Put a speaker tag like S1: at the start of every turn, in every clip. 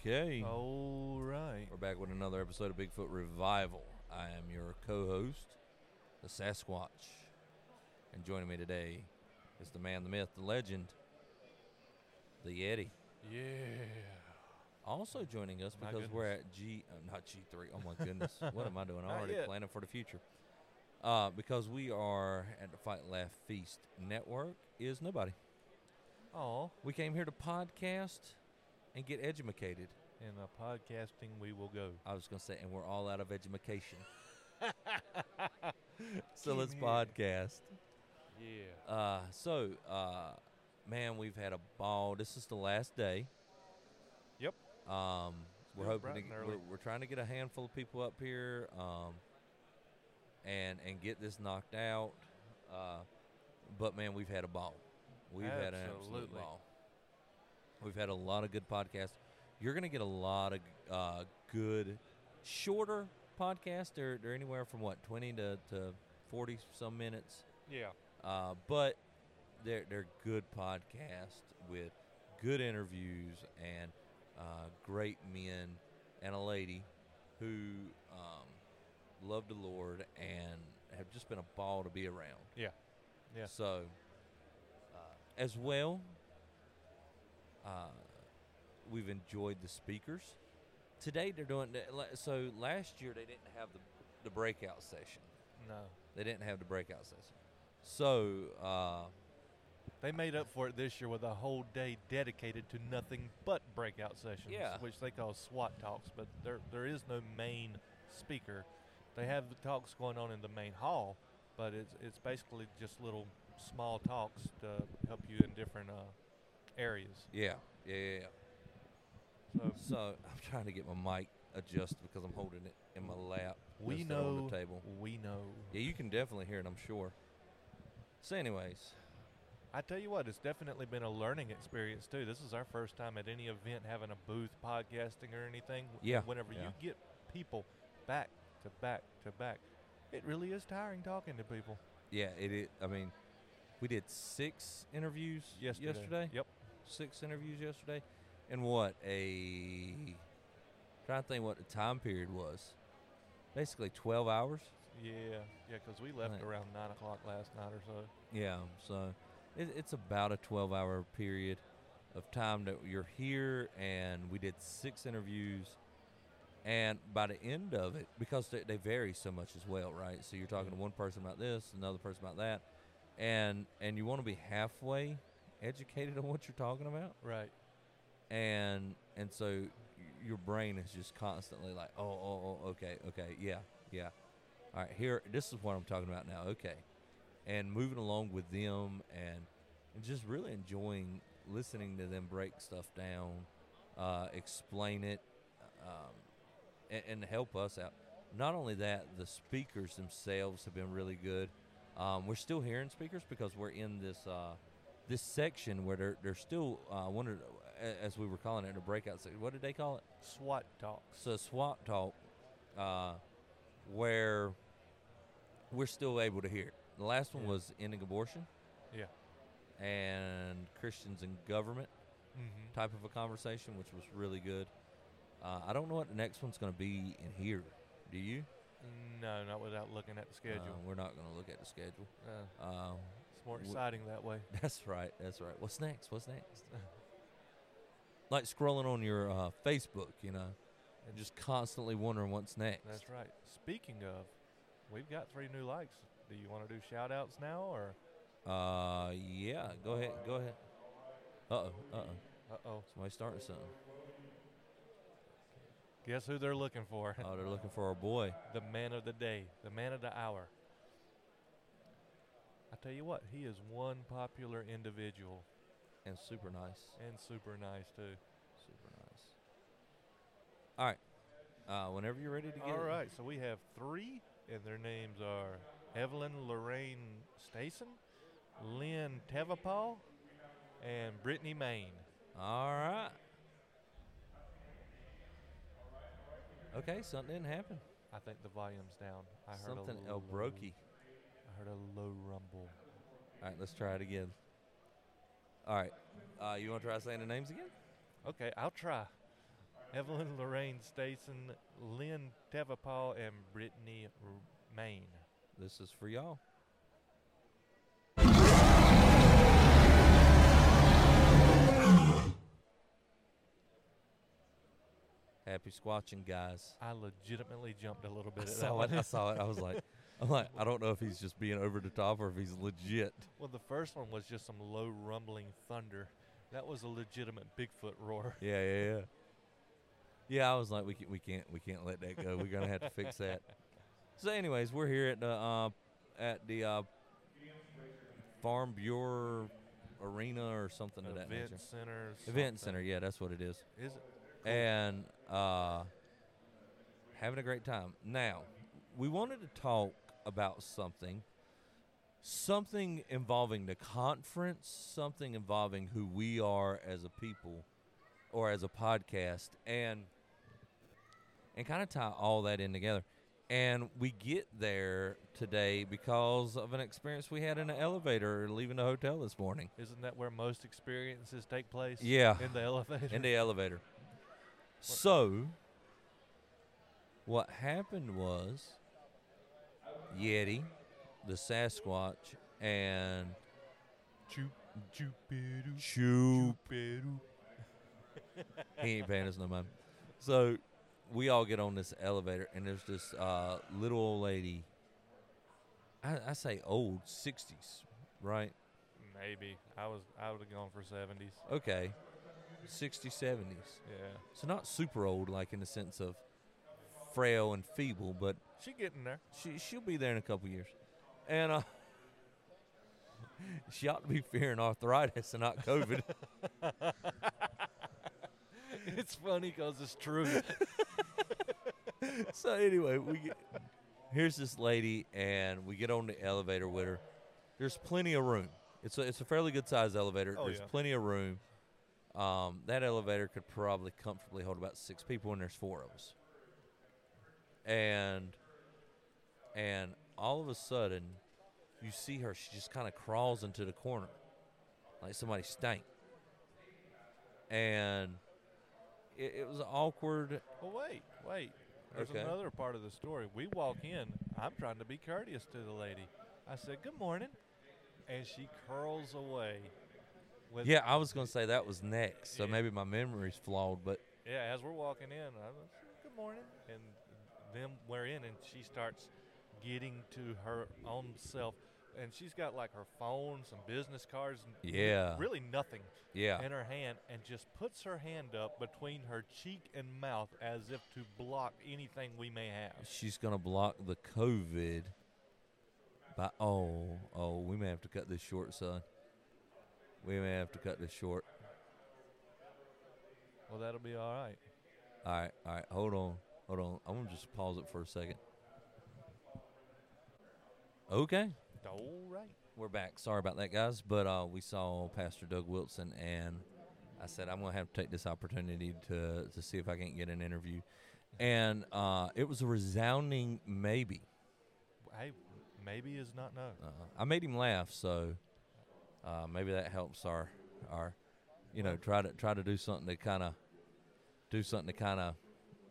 S1: Okay.
S2: Oh. All right.
S1: We're back with another episode of Bigfoot Revival. I am your co host, the Sasquatch. And joining me today is the man, the myth, the legend, the Yeti.
S2: Yeah.
S1: Also joining us
S2: My
S1: because we're at G, uh, not G3. Oh my goodness. what am I doing? I'm
S2: Not
S1: already
S2: yet.
S1: planning for the future. Uh, because we are at the Fight Laugh Feast Network, is nobody.
S2: Oh,
S1: We came here to podcast and get edumacated.
S2: in a podcasting we will go.
S1: I was going to say, and we're all out of edumacation. so
S2: Keep
S1: let's
S2: me-
S1: podcast.
S2: Yeah.
S1: Uh, so, uh, man, we've had a ball. This is the last day.
S2: Yep.
S1: Um, we're
S2: Still
S1: hoping
S2: bright
S1: to,
S2: and
S1: we're,
S2: early.
S1: we're trying to get a handful of people up here um, and and get this knocked out. Uh, but man, we've had a ball. We've had an absolute
S2: Absolutely.
S1: ball. We've had a lot of good podcasts. You're going to get a lot of uh, good, shorter podcasts. They're, they're anywhere from what twenty to, to forty some minutes.
S2: Yeah.
S1: Uh, but they're they're good podcasts with good interviews and uh, great men and a lady who um, love the Lord and have just been a ball to be around.
S2: Yeah. Yeah.
S1: So, uh, as well, uh, we've enjoyed the speakers. Today they're doing so. Last year they didn't have the the breakout session.
S2: No.
S1: They didn't have the breakout session. So, uh,
S2: They made up for it this year with a whole day dedicated to nothing but breakout sessions,
S1: Yeah.
S2: which they call SWAT talks. But there, there is no main speaker. They have the talks going on in the main hall, but it's it's basically just little small talks to help you in different uh, areas.
S1: yeah, yeah, yeah, yeah.
S2: So
S1: So, I'm trying to get my mic adjusted because I'm holding it in my lap.
S2: we
S1: instead of
S2: know
S1: on the table.
S2: We know.
S1: Yeah, you can definitely hear it. I'm sure. So, anyways,
S2: I tell you what, it's definitely been a learning experience too. This is our first time at any event having a booth, podcasting or anything.
S1: Yeah,
S2: Whenever
S1: yeah.
S2: you get people back to back to back, it really is tiring talking to people.
S1: yeah, it. it I mean, we did six interviews
S2: Yesterday.
S1: yesterday.
S2: Yep.
S1: six interviews yesterday, and what a trying to think what the time period was. Basically, twelve hours.
S2: Yeah. Yeah, because we left
S1: Right.
S2: around nine o'clock last night or so.
S1: Yeah, so it, it's about a twelve-hour period of time that you're here, and we did six interviews. And by the end of it, because they, they vary so much as well, right? So you're talking to one person about this, another person about that, and and you want to be halfway educated on what you're talking about.
S2: Right.
S1: and and so y- your brain is just constantly like, oh, oh, oh, okay, okay, yeah, yeah. All right, here, this is what I'm talking about now. Okay, and moving along with them, and, and just really enjoying listening to them break stuff down, uh, explain it, um, and, and help us out. Not only that, the speakers themselves have been really good. Um, we're still hearing speakers because we're in this uh, this section where they're, they're still uh, one of the- a- as we were calling it a breakout section. What did they call it?
S2: SWAT talks.
S1: So swap talk, uh, where we're still able to hear. It. The last one
S2: Yeah.
S1: was ending abortion
S2: Yeah.
S1: and Christians in government
S2: Mm-hmm.
S1: type of a conversation, which was really good. Uh, I don't know what the next one's going to be in here. Do you?
S2: No, not without looking at the
S1: Uh,
S2: schedule.
S1: we're not going to look at the schedule.
S2: Uh,
S1: Um,
S2: it's more
S1: wh-
S2: exciting that way.
S1: that's right. That's right. What's next? What's next? like scrolling on your uh, Facebook, you know, and just constantly wondering what's next.
S2: That's right. Speaking of, we've got three new likes. Do you want to do shout outs now or?
S1: Uh, yeah. Go ahead. Go ahead. Uh oh. Uh oh.
S2: Uh oh.
S1: Somebody started something.
S2: Guess who they're looking for?
S1: Oh, they're looking for our boy.
S2: the man of the day, the man of the hour. I tell you what, he is one popular individual
S1: And super nice.
S2: and super nice too.
S1: Super nice. All right. Uh, whenever you're ready to get
S2: All
S1: it.
S2: right, so we have three, and their names are Evelyn Lorraine Stason, Lynn Tevapal, and Brittany Main.
S1: All right. Okay, something didn't happen.
S2: I think the volume's down. I heard
S1: something
S2: a
S1: El
S2: low,
S1: Brokey.
S2: I heard a low rumble.
S1: All right, let's try it again. All right. Uh, you want to try saying the names again?
S2: Okay, I'll try. Evelyn Lorraine Stason, Lynn Tevapal, and Brittany R- Main.
S1: This is for y'all. Happy squatching, guys.
S2: I legitimately jumped a little
S1: I
S2: bit at that
S1: saw it.
S2: one.
S1: I saw it. I was like, I'm like, I don't know if he's just being over the top or if he's legit.
S2: well, the first one was just some low rumbling thunder. That was a legitimate Bigfoot roar.
S1: Yeah, yeah, yeah. Yeah, I was like, we can't, we can't, we can't let that go. We're gonna have to fix that. So, anyways, we're here at the uh, at the uh, Farm Bureau Arena or something of that
S2: Event
S1: nature.
S2: center.
S1: Event
S2: something.
S1: center, yeah, that's what it is.
S2: Is it?
S1: And uh, having a great time. Now, we wanted to talk about something, something involving the conference, something involving who we are as a people, or as a podcast, and and kind of tie all that in together. And we get there today because of an experience we had in the elevator leaving the hotel this morning.
S2: Isn't that where most experiences take place?
S1: Yeah.
S2: In the elevator.
S1: in the elevator. So, what happened was Yeti, the Sasquatch, and
S2: Chup, chupiru,
S1: Chew.
S2: chupiru.
S1: He ain't paying us no mind. So, we all get on this elevator, and there's this uh, little old lady. I, I say old, 60s, right?
S2: Maybe I was. I would have gone for seventies.
S1: Okay. 60s, 70s.
S2: Yeah.
S1: So, not super old, like in the sense of frail and feeble, but
S2: She getting there.
S1: She she'll be there in a couple years, and uh, she ought to be fearing arthritis and not COVID.
S2: it's funny because it's true.
S1: so anyway, we get, here's this lady, and we get on the elevator with her. There's plenty of room. It's a it's a fairly good sized elevator.
S2: Oh,
S1: there's
S2: yeah.
S1: plenty of room. Um, that elevator could probably comfortably hold about six people, and there's four of us. And and all of a sudden, you see her. She just kind of crawls into the corner, like somebody stank. And it, it was awkward
S2: well, wait, wait. There's
S1: Okay.
S2: another part of the story. We walk in. I'm trying to be courteous to the lady. I said, "Good morning," and she curls away. With
S1: Yeah, I was gonna say that was next, so
S2: Yeah.
S1: maybe my memory's flawed. But
S2: Yeah, as we're walking in, I was, good morning. And then we're in, and she starts getting to her own self. And she's got like her phone, some business cards, and
S1: Yeah.
S2: really nothing
S1: yeah,
S2: in her hand, and just puts her hand up between her cheek and mouth as if to block anything we may have.
S1: she's gonna block the COVID. By oh oh, we may have to cut this short, son. We may have to cut this short.
S2: Well, that'll be all right.
S1: All right, all right, hold on, hold on. I'm gonna just pause it for a second. Okay,
S2: All right.
S1: we're back. Sorry about that, guys, but uh, we saw Pastor Doug Wilson, and I said I'm gonna have to take this opportunity to to see if I can't get an interview, and uh, it was a resounding maybe.
S2: Hey, maybe is not no.
S1: Uh, I made him laugh, so uh, maybe that helps our our you know try to try to do something to kind of do something to kind of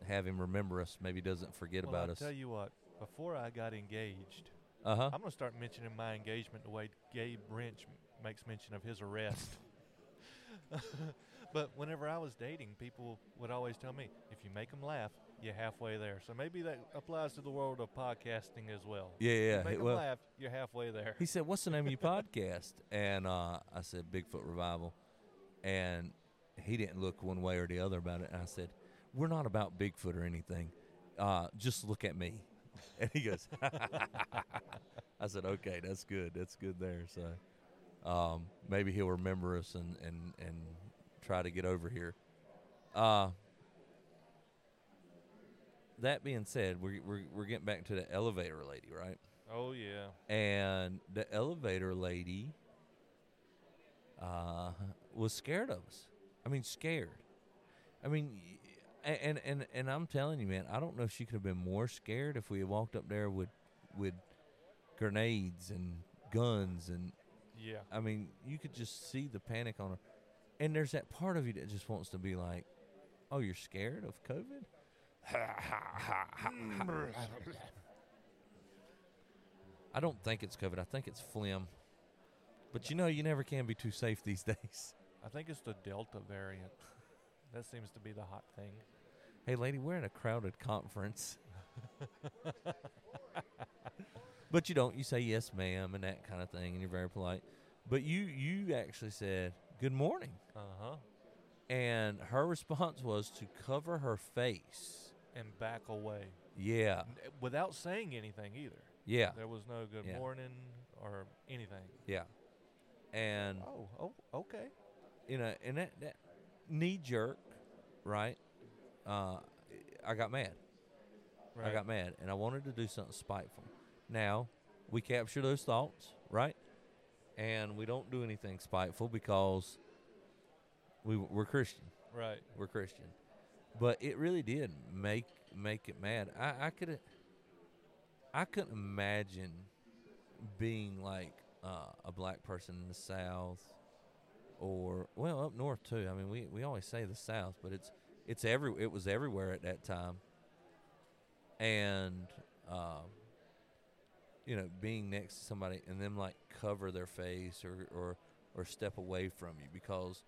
S1: have him remember us. Maybe he doesn't forget
S2: Well,
S1: about
S2: I'll
S1: us.
S2: tell you what, before I got engaged,
S1: Uh huh.
S2: I'm going to start mentioning my engagement the way Gabe Wrench m- makes mention of his arrest. but whenever I was dating, people would always tell me, if you make them laugh, you're halfway there. So maybe that applies to the world of podcasting as well.
S1: Yeah, yeah.
S2: You make
S1: it-
S2: 'em
S1: well,
S2: laugh, you're halfway there.
S1: He said, "What's the name of your podcast?" And uh, I said, "Bigfoot Revival," and he didn't look one way or the other about it. And I said, "We're not about Bigfoot or anything. Uh, just look at me." And he goes, "I said, okay, that's good. That's good there. So um, maybe he'll remember us and and and try to get over here." Uh, that being said, we're, we're, we're getting back to the elevator lady, right?
S2: Oh, yeah.
S1: and the elevator lady uh, was scared of us. I mean, scared. I mean, y- and and and I'm telling you, man, I don't know if she could have been more scared if we had walked up there with with grenades and guns and
S2: Yeah.
S1: I mean, you could just see the panic on her. And there's that part of you that just wants to be like, Oh, you're scared of COVID? I don't think it's COVID. I think it's phlegm. But you know, you never can be too safe these days.
S2: I think it's the Delta variant. That seems to be the hot thing.
S1: Hey, lady, we're at a crowded conference. but you don't. You say yes, ma'am, and that kind of thing, and you're very polite. But you you actually said good morning,
S2: Uh
S1: Uh-huh.
S2: huh.
S1: and her response was to cover her face.
S2: And back away
S1: Yeah,
S2: N- without saying anything either.
S1: yeah,
S2: There was no good
S1: Uh, Yeah.
S2: morning or anything.
S1: yeah. And
S2: Oh, oh, okay.
S1: you know, and that, that knee jerk, right? Uh, I got mad. I got mad, and I wanted to do something spiteful. Now, we capture those thoughts, right? And we don't do anything spiteful because we we're Christian.
S2: right.
S1: We're Christian. But it really did make make it mad. I, I could I couldn't imagine being like uh, a black person in the South or well up north too. I mean we, we always say the South, but it's it's every it was everywhere at that time. And uh, you know, being next to somebody and them like cover their face or or, or step away from you because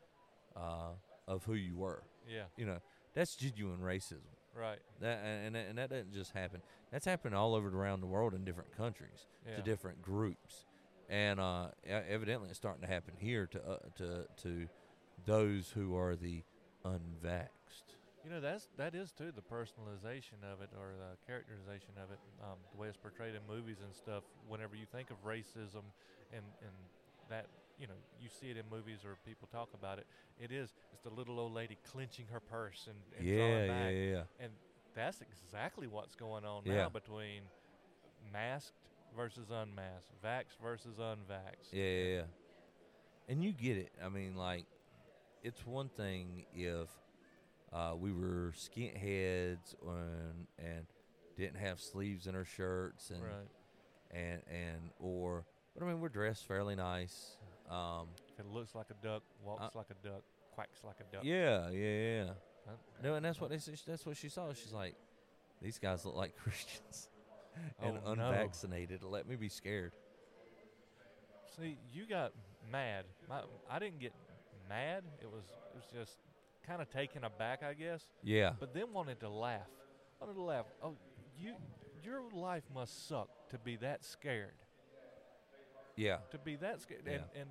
S1: uh, of who you were.
S2: Yeah.
S1: You know, that's genuine racism.
S2: Right.
S1: That and and that doesn't just happen. That's happened all over around the world in different countries
S2: Yeah.
S1: to different groups, and uh, e- evidently it's starting to happen here to uh, to to those who are the unvaxxed.
S2: You know, that's that is too the personalization of it or the characterization of it, um, the way it's portrayed in movies and stuff. Whenever you think of racism and and that you know you see it in movies or people talk about it, it is it's the little old lady clenching her purse and, and
S1: yeah,
S2: drawing
S1: yeah,
S2: back,
S1: yeah,
S2: and that's exactly what's going on
S1: Yeah.
S2: now between masked versus unmasked, vaxxed versus unvaxxed.
S1: yeah, yeah, yeah. And you get it. I mean, like, it's one thing if uh, we were skint heads and and didn't have sleeves in our shirts and.
S2: Right.
S1: and and or but I mean we're dressed fairly nice. Um,
S2: If it looks like a duck, walks like a duck, quacks like a duck.
S1: Uh, yeah, yeah, yeah.
S2: Uh,
S1: No, and that's what they, s- that's what she saw. She's like, these guys look like Christians and
S2: oh, no.
S1: unvaccinated. Let me be scared.
S2: See, you got mad. My, I didn't get mad. It was it was just kind of taken aback, I guess.
S1: Yeah,
S2: But then wanted to laugh. Wanted to laugh. Oh, you, your life must suck to be that scared.
S1: yeah,
S2: To be that scared, and,
S1: Yeah.
S2: and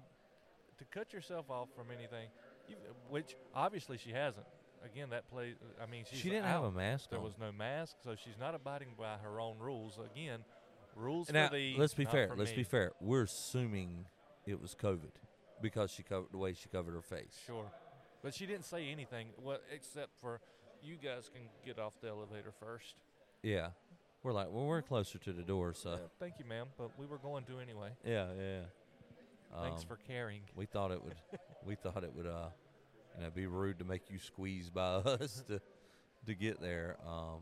S2: to cut yourself off from anything, you, which obviously she hasn't. Again, that plays. I mean, she's
S1: she didn't have a
S2: out.
S1: mask
S2: There
S1: on.
S2: was no mask, so she's not abiding by her own rules. Again, rules
S1: now,
S2: for the.
S1: let's be
S2: not
S1: fair.
S2: for
S1: Let's be
S2: me.
S1: fair. We're assuming it was COVID because she covered the way she covered her face.
S2: Sure. But she didn't say anything, well, except for you guys can get off the elevator first.
S1: Yeah, we're like, well, we're closer to the door, so
S2: Yeah, Thank you, ma'am, but we were going to anyway.
S1: yeah, yeah. yeah.
S2: Thanks
S1: Um,
S2: for caring.
S1: We thought it would. we thought it would. Uh, you know, be rude to make you squeeze by us to to get there. Um,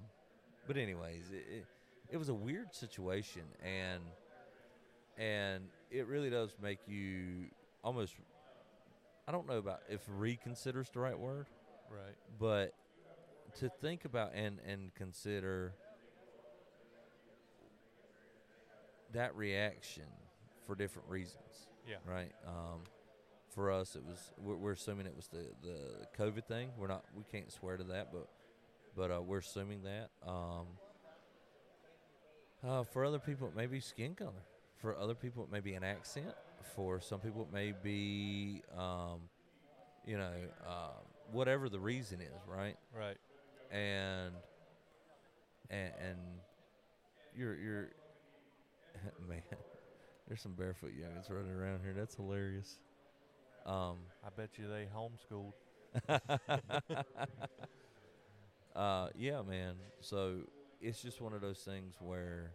S1: but anyways, it, it it was a weird situation, and and it really does make you almost. I don't know about if reconsider's the right word,
S2: Right.
S1: but to think about and and consider that reaction for different reasons
S2: Yeah.
S1: right? Um, for us, it was we're, we're assuming it was the the COVID thing. We're not we can't swear to that, but but uh, we're assuming that. Um, uh, for other people, it may be skin color. For other people, it may be an accent. For some people, it may be um, you know uh, whatever the reason is, right?
S2: Right.
S1: and and, and you're you're man, there's some barefoot youngins running around here. That's hilarious. Um,
S2: I bet you they homeschooled.
S1: uh, yeah, man. So it's just one of those things where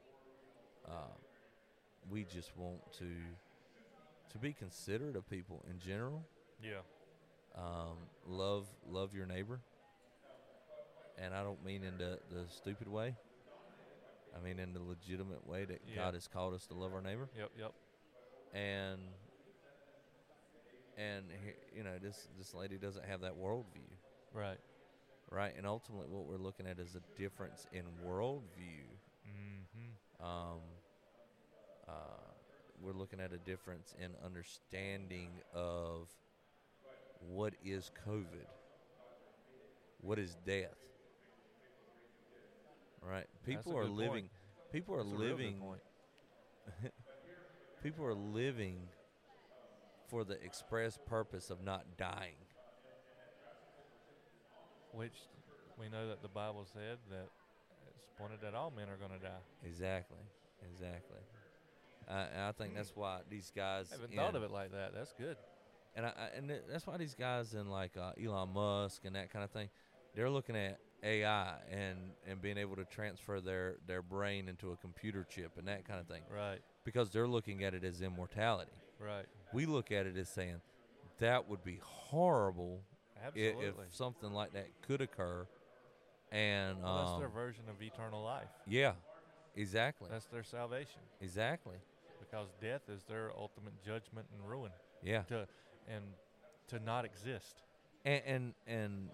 S1: uh, we just want to to be considerate of people in general.
S2: Yeah.
S1: Um, love love your neighbor, and I don't mean in the, the stupid way. I mean in the legitimate way that
S2: Yeah.
S1: God has called us to love our neighbor,
S2: Yep, yep.
S1: and and he- you know this this lady doesn't have that worldview,
S2: Right.
S1: right? And ultimately, what we're looking at is a difference in worldview.
S2: Mm-hmm.
S1: Um, uh, we're looking at a difference in understanding of what is COVID, what is death. Right? People are
S2: good point.
S1: living. People are
S2: That's a real good
S1: living.
S2: point.
S1: People are living for the express purpose of not dying.
S2: Which we know that the Bible said that it's pointed that all men are going to die.
S1: Exactly. Exactly. Uh, and I think that's why these guys.
S2: I haven't thought
S1: in-
S2: of it like that. That's good.
S1: and I, I and th- that's why these guys in like uh, Elon Musk and that kind of thing, they're looking at AI and and being able to transfer their their brain into a computer chip and that kind of thing
S2: Right,
S1: because they're looking at it as immortality.
S2: right.
S1: We look at it as saying that would be horrible i-
S2: Absolutely.
S1: if something like that could occur, and
S2: well, that's their
S1: um,
S2: version of eternal life.
S1: yeah, exactly,
S2: That's their salvation
S1: exactly,
S2: because death is their ultimate judgment and ruin
S1: yeah.
S2: to and to not exist.
S1: and and, and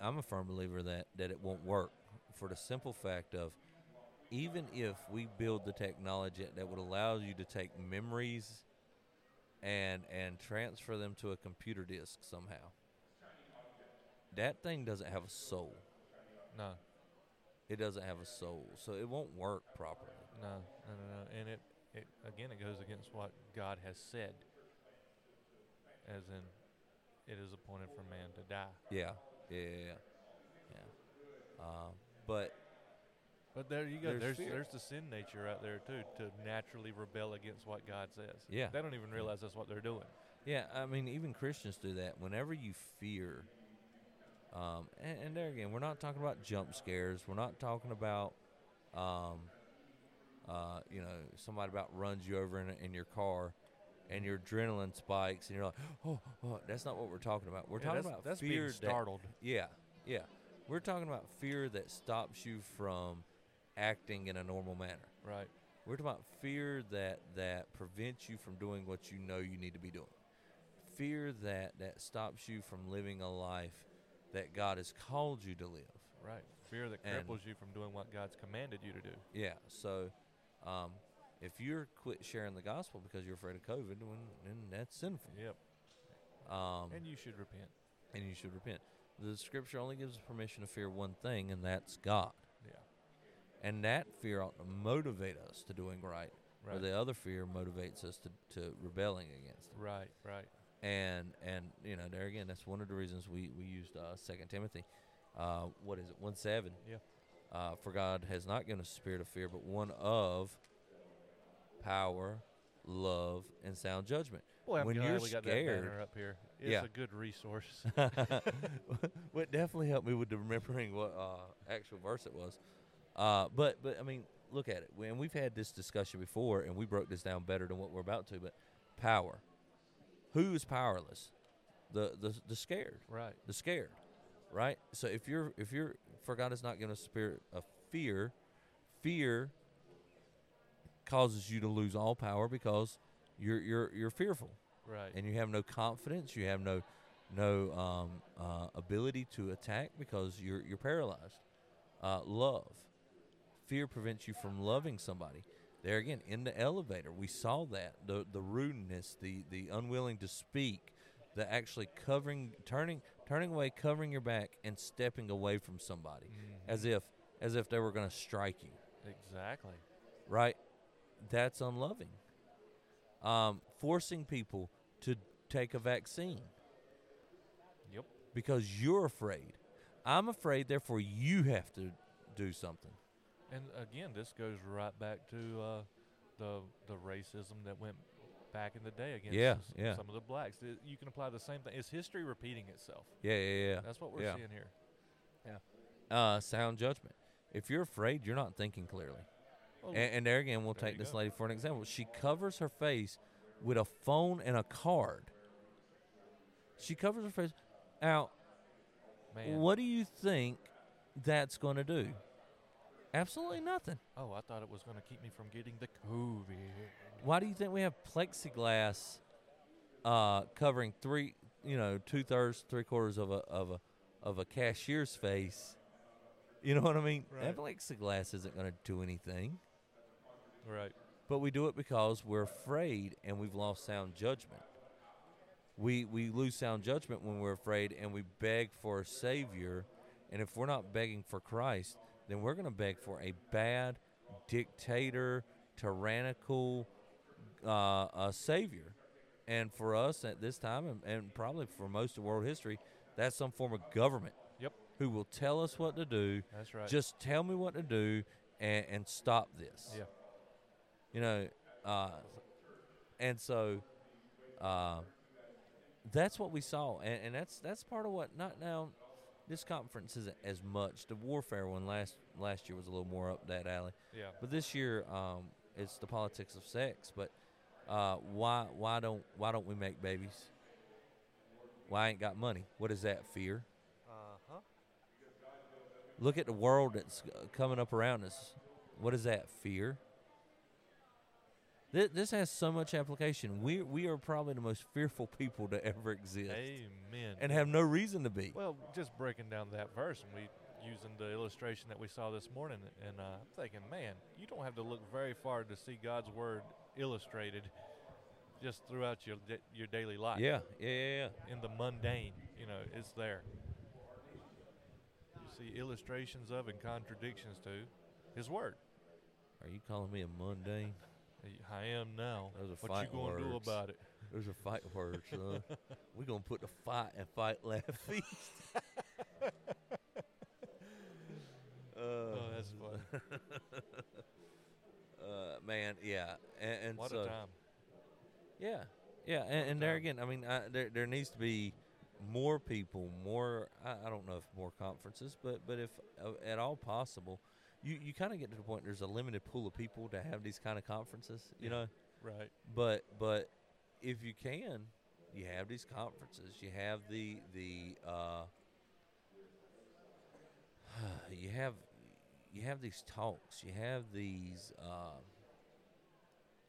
S1: I'm a firm believer that that it won't work for the simple fact of even if we build the technology that would allow you to take memories and and transfer them to a computer disk somehow that thing doesn't have a soul
S2: No,
S1: it doesn't have a soul so it won't work properly
S2: no, no, no, no. And it, it again, it goes against what God has said. As in, it is appointed for man to die.
S1: yeah yeah yeah, yeah, yeah. Um, but
S2: But there you go.
S1: There's
S2: There's
S1: fear.
S2: there's, the sin nature out there too to naturally rebel against what God says.
S1: Yeah.
S2: They don't even realize that's what they're doing.
S1: Yeah, I mean, even Christians do that. Whenever you fear, um, and, and there again, we're not talking about jump scares. We're not talking about, um, uh, you know, somebody about runs you over in, in your car, and your adrenaline spikes, and you're like, oh, oh," that's not what we're talking about. We're
S2: Yeah,
S1: talking
S2: that's,
S1: about
S2: that's
S1: fear
S2: being
S1: that-
S2: startled.
S1: yeah, yeah. We're talking about fear that stops you from acting in a normal manner.
S2: Right.
S1: We're talking about fear that that prevents you from doing what you know you need to be doing. Fear that that stops you from living a life that God has called you to live.
S2: Right. Fear that
S1: And-
S2: cripples you from doing what God's commanded you to do.
S1: Yeah. So, um, if you're quit sharing the gospel because you're afraid of COVID, then, then that's sinful.
S2: Yep.
S1: Um,
S2: And you should repent.
S1: and you should repent. The scripture only gives us permission to fear one thing, and that's God.
S2: Yeah.
S1: And that fear ought to motivate us to doing right,
S2: Right.
S1: or the other fear motivates us to, to rebelling against it.
S2: Right. Right.
S1: and and you know there again that's one of the reasons we we used uh second timothy uh what is it one seven
S2: Yeah.
S1: uh for god has not given us a spirit of fear but one of power love and sound judgment
S2: Well, I'm
S1: When
S2: glad
S1: you're
S2: we got
S1: scared-
S2: that banner up here. It's
S1: Yeah.
S2: a good resource.
S1: what definitely helped me with the remembering what uh actual verse it was uh but but i mean look at it and we've had this discussion before and we broke this down better than what we're about to but power who is powerless the the, the scared
S2: right.
S1: the scared, right? So if you're if you're for God has not given us a spirit of fear, fear causes you to lose all power because you're you're you're fearful
S2: Right.
S1: and you have no confidence, you have no no um, uh, ability to attack because you're you're paralyzed. Uh, love, fear prevents you from loving somebody. There again, in the elevator, we saw that the the rudeness, the the unwilling to speak, the actually covering, turning turning away, covering your back, and stepping away from somebody,
S2: Mm,
S1: as if as if they were going to strike you
S2: exactly.
S1: right? That's unloving. Um, forcing people to take a vaccine
S2: Yep.
S1: because you're afraid. I'm afraid, therefore, you have to do something.
S2: And again, this goes right back to uh, the the racism that went back in the day against
S1: Yeah,
S2: s-
S1: yeah.
S2: some of the blacks. Th- you can apply the same thing. It's history repeating itself.
S1: Yeah, yeah,
S2: That's what we're
S1: Yeah.
S2: seeing here.
S1: yeah. Uh, sound judgment. If you're afraid, you're not thinking clearly.
S2: Oh,
S1: And, and there again, we'll
S2: There
S1: take
S2: you
S1: this
S2: go.
S1: lady for an example. She covers her face with a phone and a card. She covers her face. Now,
S2: man.
S1: what do you think that's going to do? Absolutely nothing.
S2: Oh, I thought it was going to keep me from getting the COVID.
S1: Why do you think we have plexiglass uh, covering three, you know, two thirds, three quarters of a of a of a cashier's face. You know what I mean?
S2: Right.
S1: That Alexa glass isn't going to do anything.
S2: Right.
S1: But we do it because we're afraid and we've lost sound judgment. We we lose sound judgment when we're afraid and we beg for a savior. And if we're not begging for Christ, then we're going to beg for a bad dictator, tyrannical uh, a savior. And for us at this time, and, and probably for most of world history, that's some form of government.
S2: Yep.
S1: Who will tell us what to do?
S2: That's right.
S1: Just tell me what to do and, and stop this
S2: yeah.
S1: you know uh, and so uh, that's what we saw and, and that's that's part of what not now this conference isn't as much the warfare one last last year was a little more up that alley
S2: Yeah.
S1: but this year um, it's the politics of sex but uh, why why don't why don't we make babies why I ain't got money what is that fear
S2: Uh huh.
S1: look at the world that's uh, coming up around us. What is that? Fear. This, this has so much application. We we are probably the most fearful people to ever exist,
S2: Amen.
S1: and have no reason to be.
S2: Well, just breaking down that verse, and we using the illustration that we saw this morning, and uh, I'm thinking, man, you don't have to look very far to see God's word illustrated just throughout your da- your daily life.
S1: Yeah, yeah, yeah, yeah.
S2: In the mundane, you know, it's there. You see illustrations of and contradictions to His word.
S1: Are you calling me a mundane?
S2: I am now.
S1: Those are
S2: what you
S1: fighting
S2: gonna do
S1: words.
S2: about it?
S1: Those are fight words, son. We're gonna put the fight and fight left feast. uh,
S2: Oh, that's funny.
S1: uh, man, yeah, and, and
S2: what
S1: so
S2: a time.
S1: Yeah, yeah, and, and there
S2: time.
S1: again, I mean, I, there there needs to be more people, more. I, I don't know if more conferences, but but if uh, at all possible, you you kind of get to the point. There's a limited pool of people to have these kind of conferences, you
S2: Yeah.
S1: know.
S2: Right.
S1: But but if you can, you have these conferences. You have the the uh, you have you have these talks. You have these uh,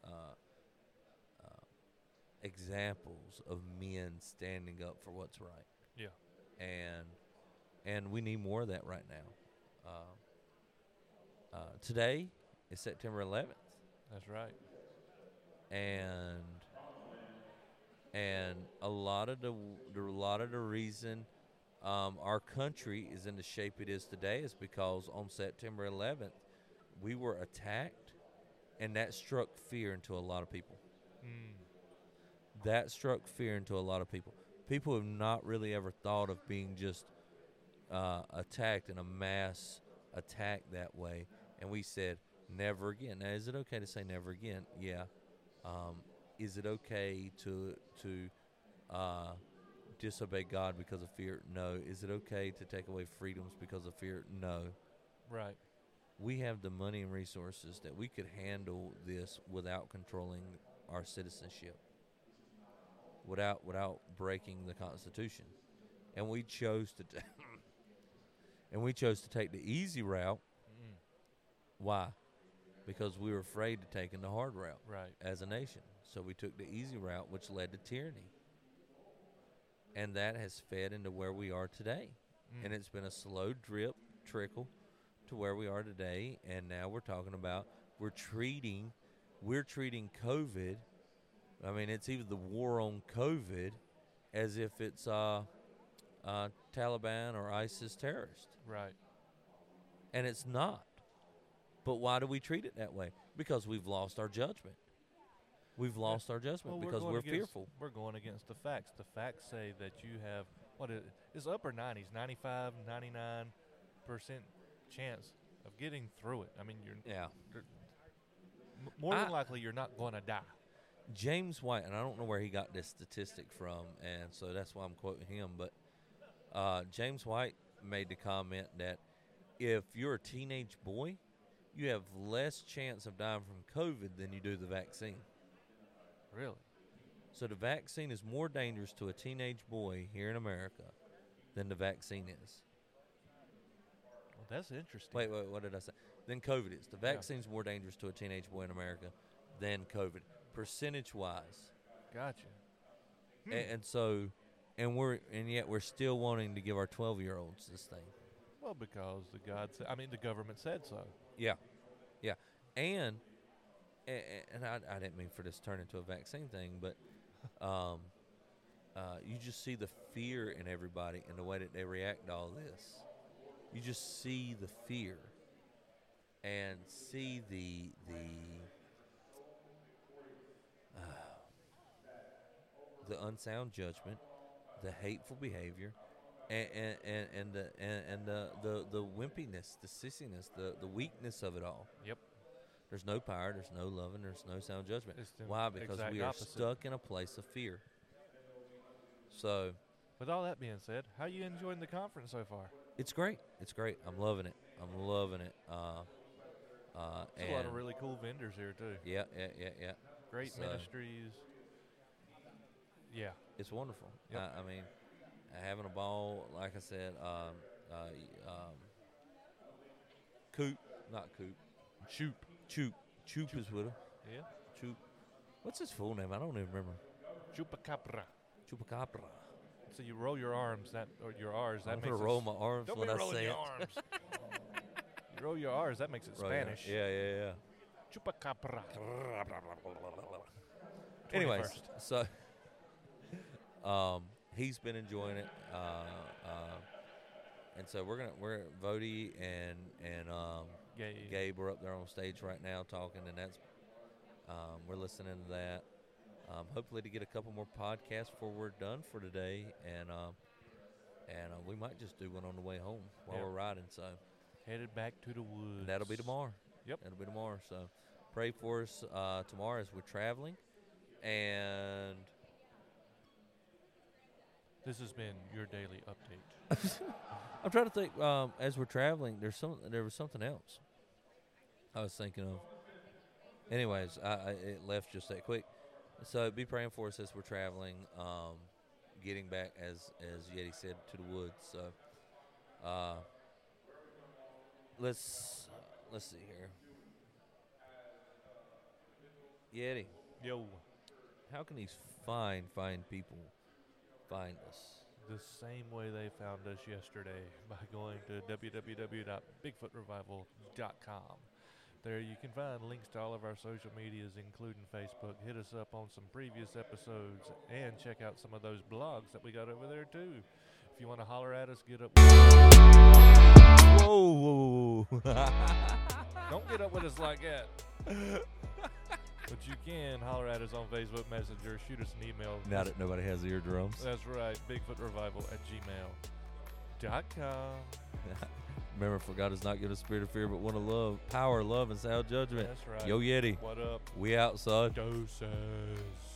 S1: uh, uh, examples of men standing up for what's right
S2: Yeah.
S1: and and we need more of that right now. Uh, uh, today is September 11th,
S2: That's right.
S1: and and a lot of the, w- the a lot of the reason um, our country is in the shape it is today is because on September 11th we were attacked, and that struck fear into a lot of people.
S2: Mm.
S1: that struck fear into a lot of people. People have not really ever thought of being just uh, attacked in a mass attack that way. And we said, never again. Now, is it okay to say never again? Yeah. Um, is it okay to to uh, disobey God because of fear? No. Is it okay to take away freedoms because of fear? No.
S2: Right.
S1: We have the money and resources that we could handle this without controlling our citizenship without without breaking the Constitution, and we chose to, t- and we chose to take the easy route.
S2: Mm.
S1: Why? Because we were afraid of taking the hard route
S2: Right.
S1: as a nation. So we took the easy route, which led to tyranny, and that has fed into where we are today.
S2: Mm.
S1: And it's been a slow drip trickle to where we are today, and now we're talking about we're treating we're treating COVID. I mean, it's even the war on COVID as if it's uh, uh, Taliban or ISIS terrorist,
S2: Right.
S1: and it's not. But why do we treat it that way? Because we've lost our judgment. We've lost our judgment because
S2: going
S1: we're
S2: against-
S1: fearful.
S2: We're going against the facts. The facts say that you have what is it's upper 90s, 95, 99 percent chance of getting through it. I mean, you're
S1: Yeah.
S2: m- more than
S1: I-
S2: likely you're not going to die.
S1: James White, and I don't know where he got this statistic from, and so that's why I'm quoting him. But uh, James White made the comment that if you're a teenage boy, you have less chance of dying from COVID than you do the vaccine.
S2: Really?
S1: So the vaccine is more dangerous to a teenage boy here in America than the vaccine is.
S2: Well, that's interesting.
S1: Wait, wait, what did I say? Than COVID is. The vaccine's more dangerous to a teenage boy in America than COVID, percentage wise.
S2: Gotcha.
S1: A- and so and we're and yet we're still wanting to give our 12 year olds this thing.
S2: Well, because the God said, I mean, the government said so.
S1: Yeah, yeah, and a- a- and I, I didn't mean for this to turn into a vaccine thing, but um, uh, you just see the fear in everybody and the way that they react to all this. You just see the fear and see the the uh, the unsound judgment, the hateful behavior, and and, and, and the and, and the, the the wimpiness, the sissiness, the the weakness of it all.
S2: Yep.
S1: There's no power. There's no loving. There's no sound judgment.
S2: It's the
S1: Why? Because
S2: exact
S1: we are
S2: opposite.
S1: stuck in a place of fear. So
S2: With all that being said, how you enjoying the conference so far?
S1: it's great. It's great. I'm loving it. I'm loving it. Uh, uh,
S2: There's a lot of
S1: and-
S2: really cool vendors here too.
S1: Yeah, yeah, yeah, yeah.
S2: Great
S1: So-
S2: ministries. Yeah.
S1: It's wonderful.
S2: Yep.
S1: I, I mean, having a ball, like I said, um, uh, y- um, Coop, not Coop,
S2: Shoot.
S1: Choop. Choop, is with him.
S2: Yeah.
S1: Choop. What's his full name? I don't even remember.
S2: Chupacabra.
S1: Chupacabra.
S2: So you roll your arms that or your R's. That
S1: I'm
S2: makes
S1: going
S2: it
S1: to roll
S2: s-
S1: my arms
S2: Don't
S1: when
S2: be
S1: I
S2: rolling
S1: say
S2: your
S1: it.
S2: arms. you roll your R's. That makes it
S1: Roll your-
S2: Spanish.
S1: Yeah, yeah, yeah.
S2: Chupacabra.
S1: Anyways,
S2: 21st.
S1: so um, he's been enjoying it, uh, uh, and so we're gonna we're Vody and and um,
S2: Yeah. yeah, yeah.
S1: Gabe are up there on stage right now talking, and that's um, we're listening to that. Um, hopefully, to get a couple more podcasts before we're done for today, and um, and uh, we might just do one on the way home while
S2: Yeah.
S1: we're riding. So
S2: Headed back to the woods.
S1: and that'll be tomorrow.
S2: Yep.
S1: That'll be tomorrow. So pray for us uh, tomorrow as we're traveling, and.
S2: This has been your daily update.
S1: I'm trying to think. Um, as we're traveling, there's some. There was something else. I was thinking of. Anyways, I, I it left just that quick. So be praying for us as we're traveling, um, getting back as as Yeti said to the woods. So, uh, let's let's see here. Yeti,
S2: Yo.
S1: how can these fine fine people find us?
S2: The same way they found us yesterday by going to www.bigfootrevival.com. There you can find links to all of our social medias, including Facebook. Hit us up on some previous episodes and check out some of those blogs that we got over there too. If you want to holler at us, get up.
S1: Whoa, whoa, whoa, whoa.
S2: Don't get up with us like that. but you can holler at us on Facebook Messenger, shoot us an email.
S1: now that nobody has eardrums.
S2: That's right, bigfootrevival at gmail dot com.
S1: Remember, for God does not give us a spirit of fear, but one of love, power, love, and sound judgment.
S2: That's right.
S1: Yo, Yeti,
S2: What up,
S1: we out, son.
S2: doses?
S1: uh,